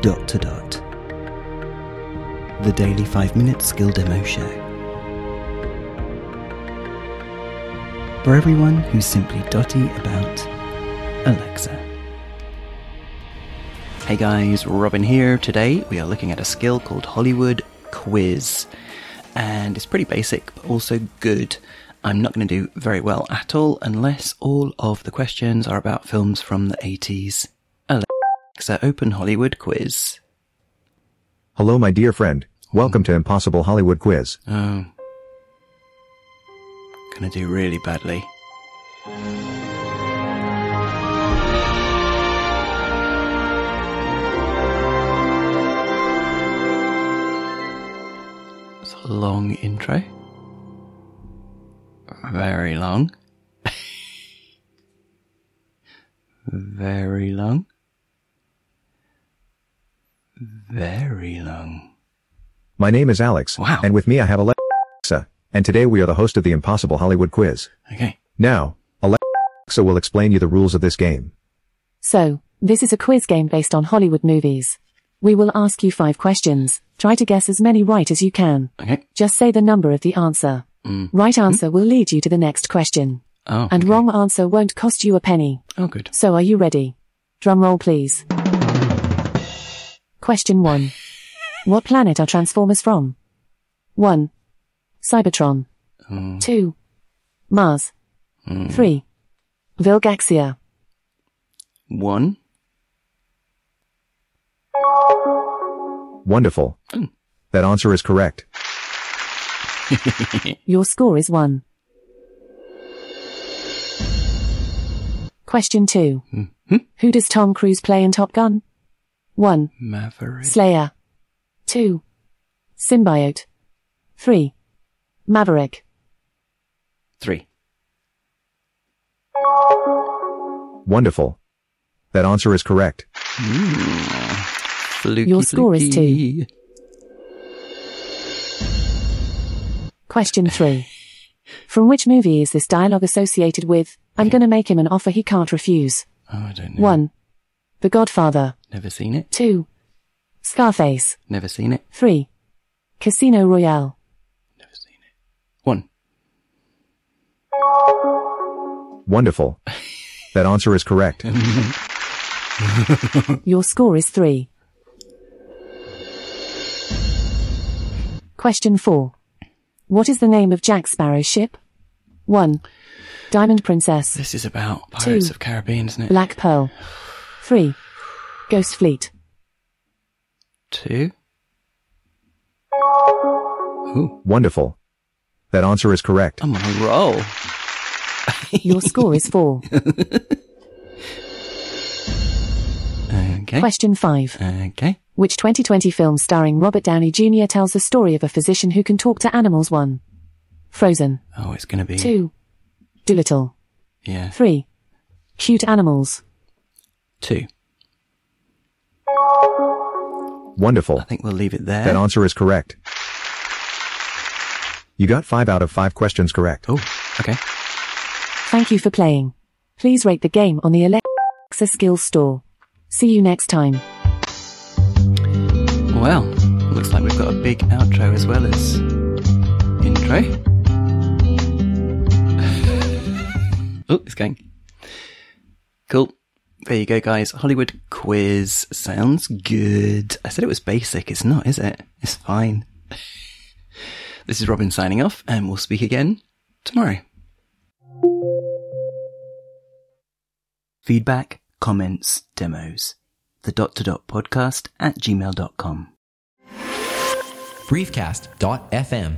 dot to dot. The Daily 5 Minute Skill Demo Show. For everyone who's simply dotty about Alexa. Hey guys, Robin here. Today we are looking at a skill called Hollywood Quiz. And it's pretty basic, but also good. I'm not going to do very well at all unless all of the questions are about films from the 80s. Alexa, open Hollywood Quiz. Hello, my dear friend. Welcome to Impossible Hollywood Quiz. Oh. Gonna do really badly. It's a long intro. Very long. Very long. Very long. My name is Alex. Wow. And with me, I have Alexa. And today we are the host of the Impossible Hollywood Quiz. Okay. Now, Alexa will explain you the rules of this game. So, this is a quiz game based on Hollywood movies. We will ask you five questions. Try to guess as many right as you can. Okay. Just say the number of the answer. Right answer will lead you to the next question. Oh. And wrong answer won't cost you a penny. Oh, good. So are you ready? Drum roll please. Question 1. What planet are Transformers from? 1. Cybertron. 2. Mars. 3. Vilgaxia. One. Wonderful. That answer is correct. Your score is 1. Question 2. Who does Tom Cruise play in Top Gun? 1. Maverick. Slayer. 2. Symbiote. 3. Maverick. Three. Wonderful. That answer is correct. Fluky, Hmm. Your score is fluky. Question 3. From which movie is this dialogue associated with, I'm gonna make him an offer he can't refuse? Oh, I don't know. 1. The Godfather. Never seen it. 2. Scarface. Never seen it. 3. Casino Royale. Never seen it. One. Wonderful. That answer is correct. Your score is 3. Question 4. What is the name of Jack Sparrow's ship? 1. Diamond Princess. This is about Pirates Two. of Caribbean, isn't it? Black Pearl. 3. Ghost Fleet. Two. Ooh, Wonderful. That answer is correct. I'm on a roll. Your score is 4. Okay. Question 5. Okay. Which 2020 film starring Robert Downey Jr. tells the story of a physician who can talk to animals? 1. Frozen. Oh, it's gonna be. 2. Doolittle. Yeah. 3. Cute Animals. Two. I Wonderful. think we'll leave it there. That answer is correct. You got five out of five questions correct. oh, okay. Thank you for playing. Please rate the game on the Alexa Skills Store. See you next time. Well, looks like we've got a big outro as well as intro. oh, it's going. Cool. There you go, guys. Hollywood quiz sounds good. I said it was basic. It's not, is it? It's fine. this is Robin signing off, and we'll speak again tomorrow. Feedback, comments, demos. The dot to dot podcast at gmail.com. briefcast.fm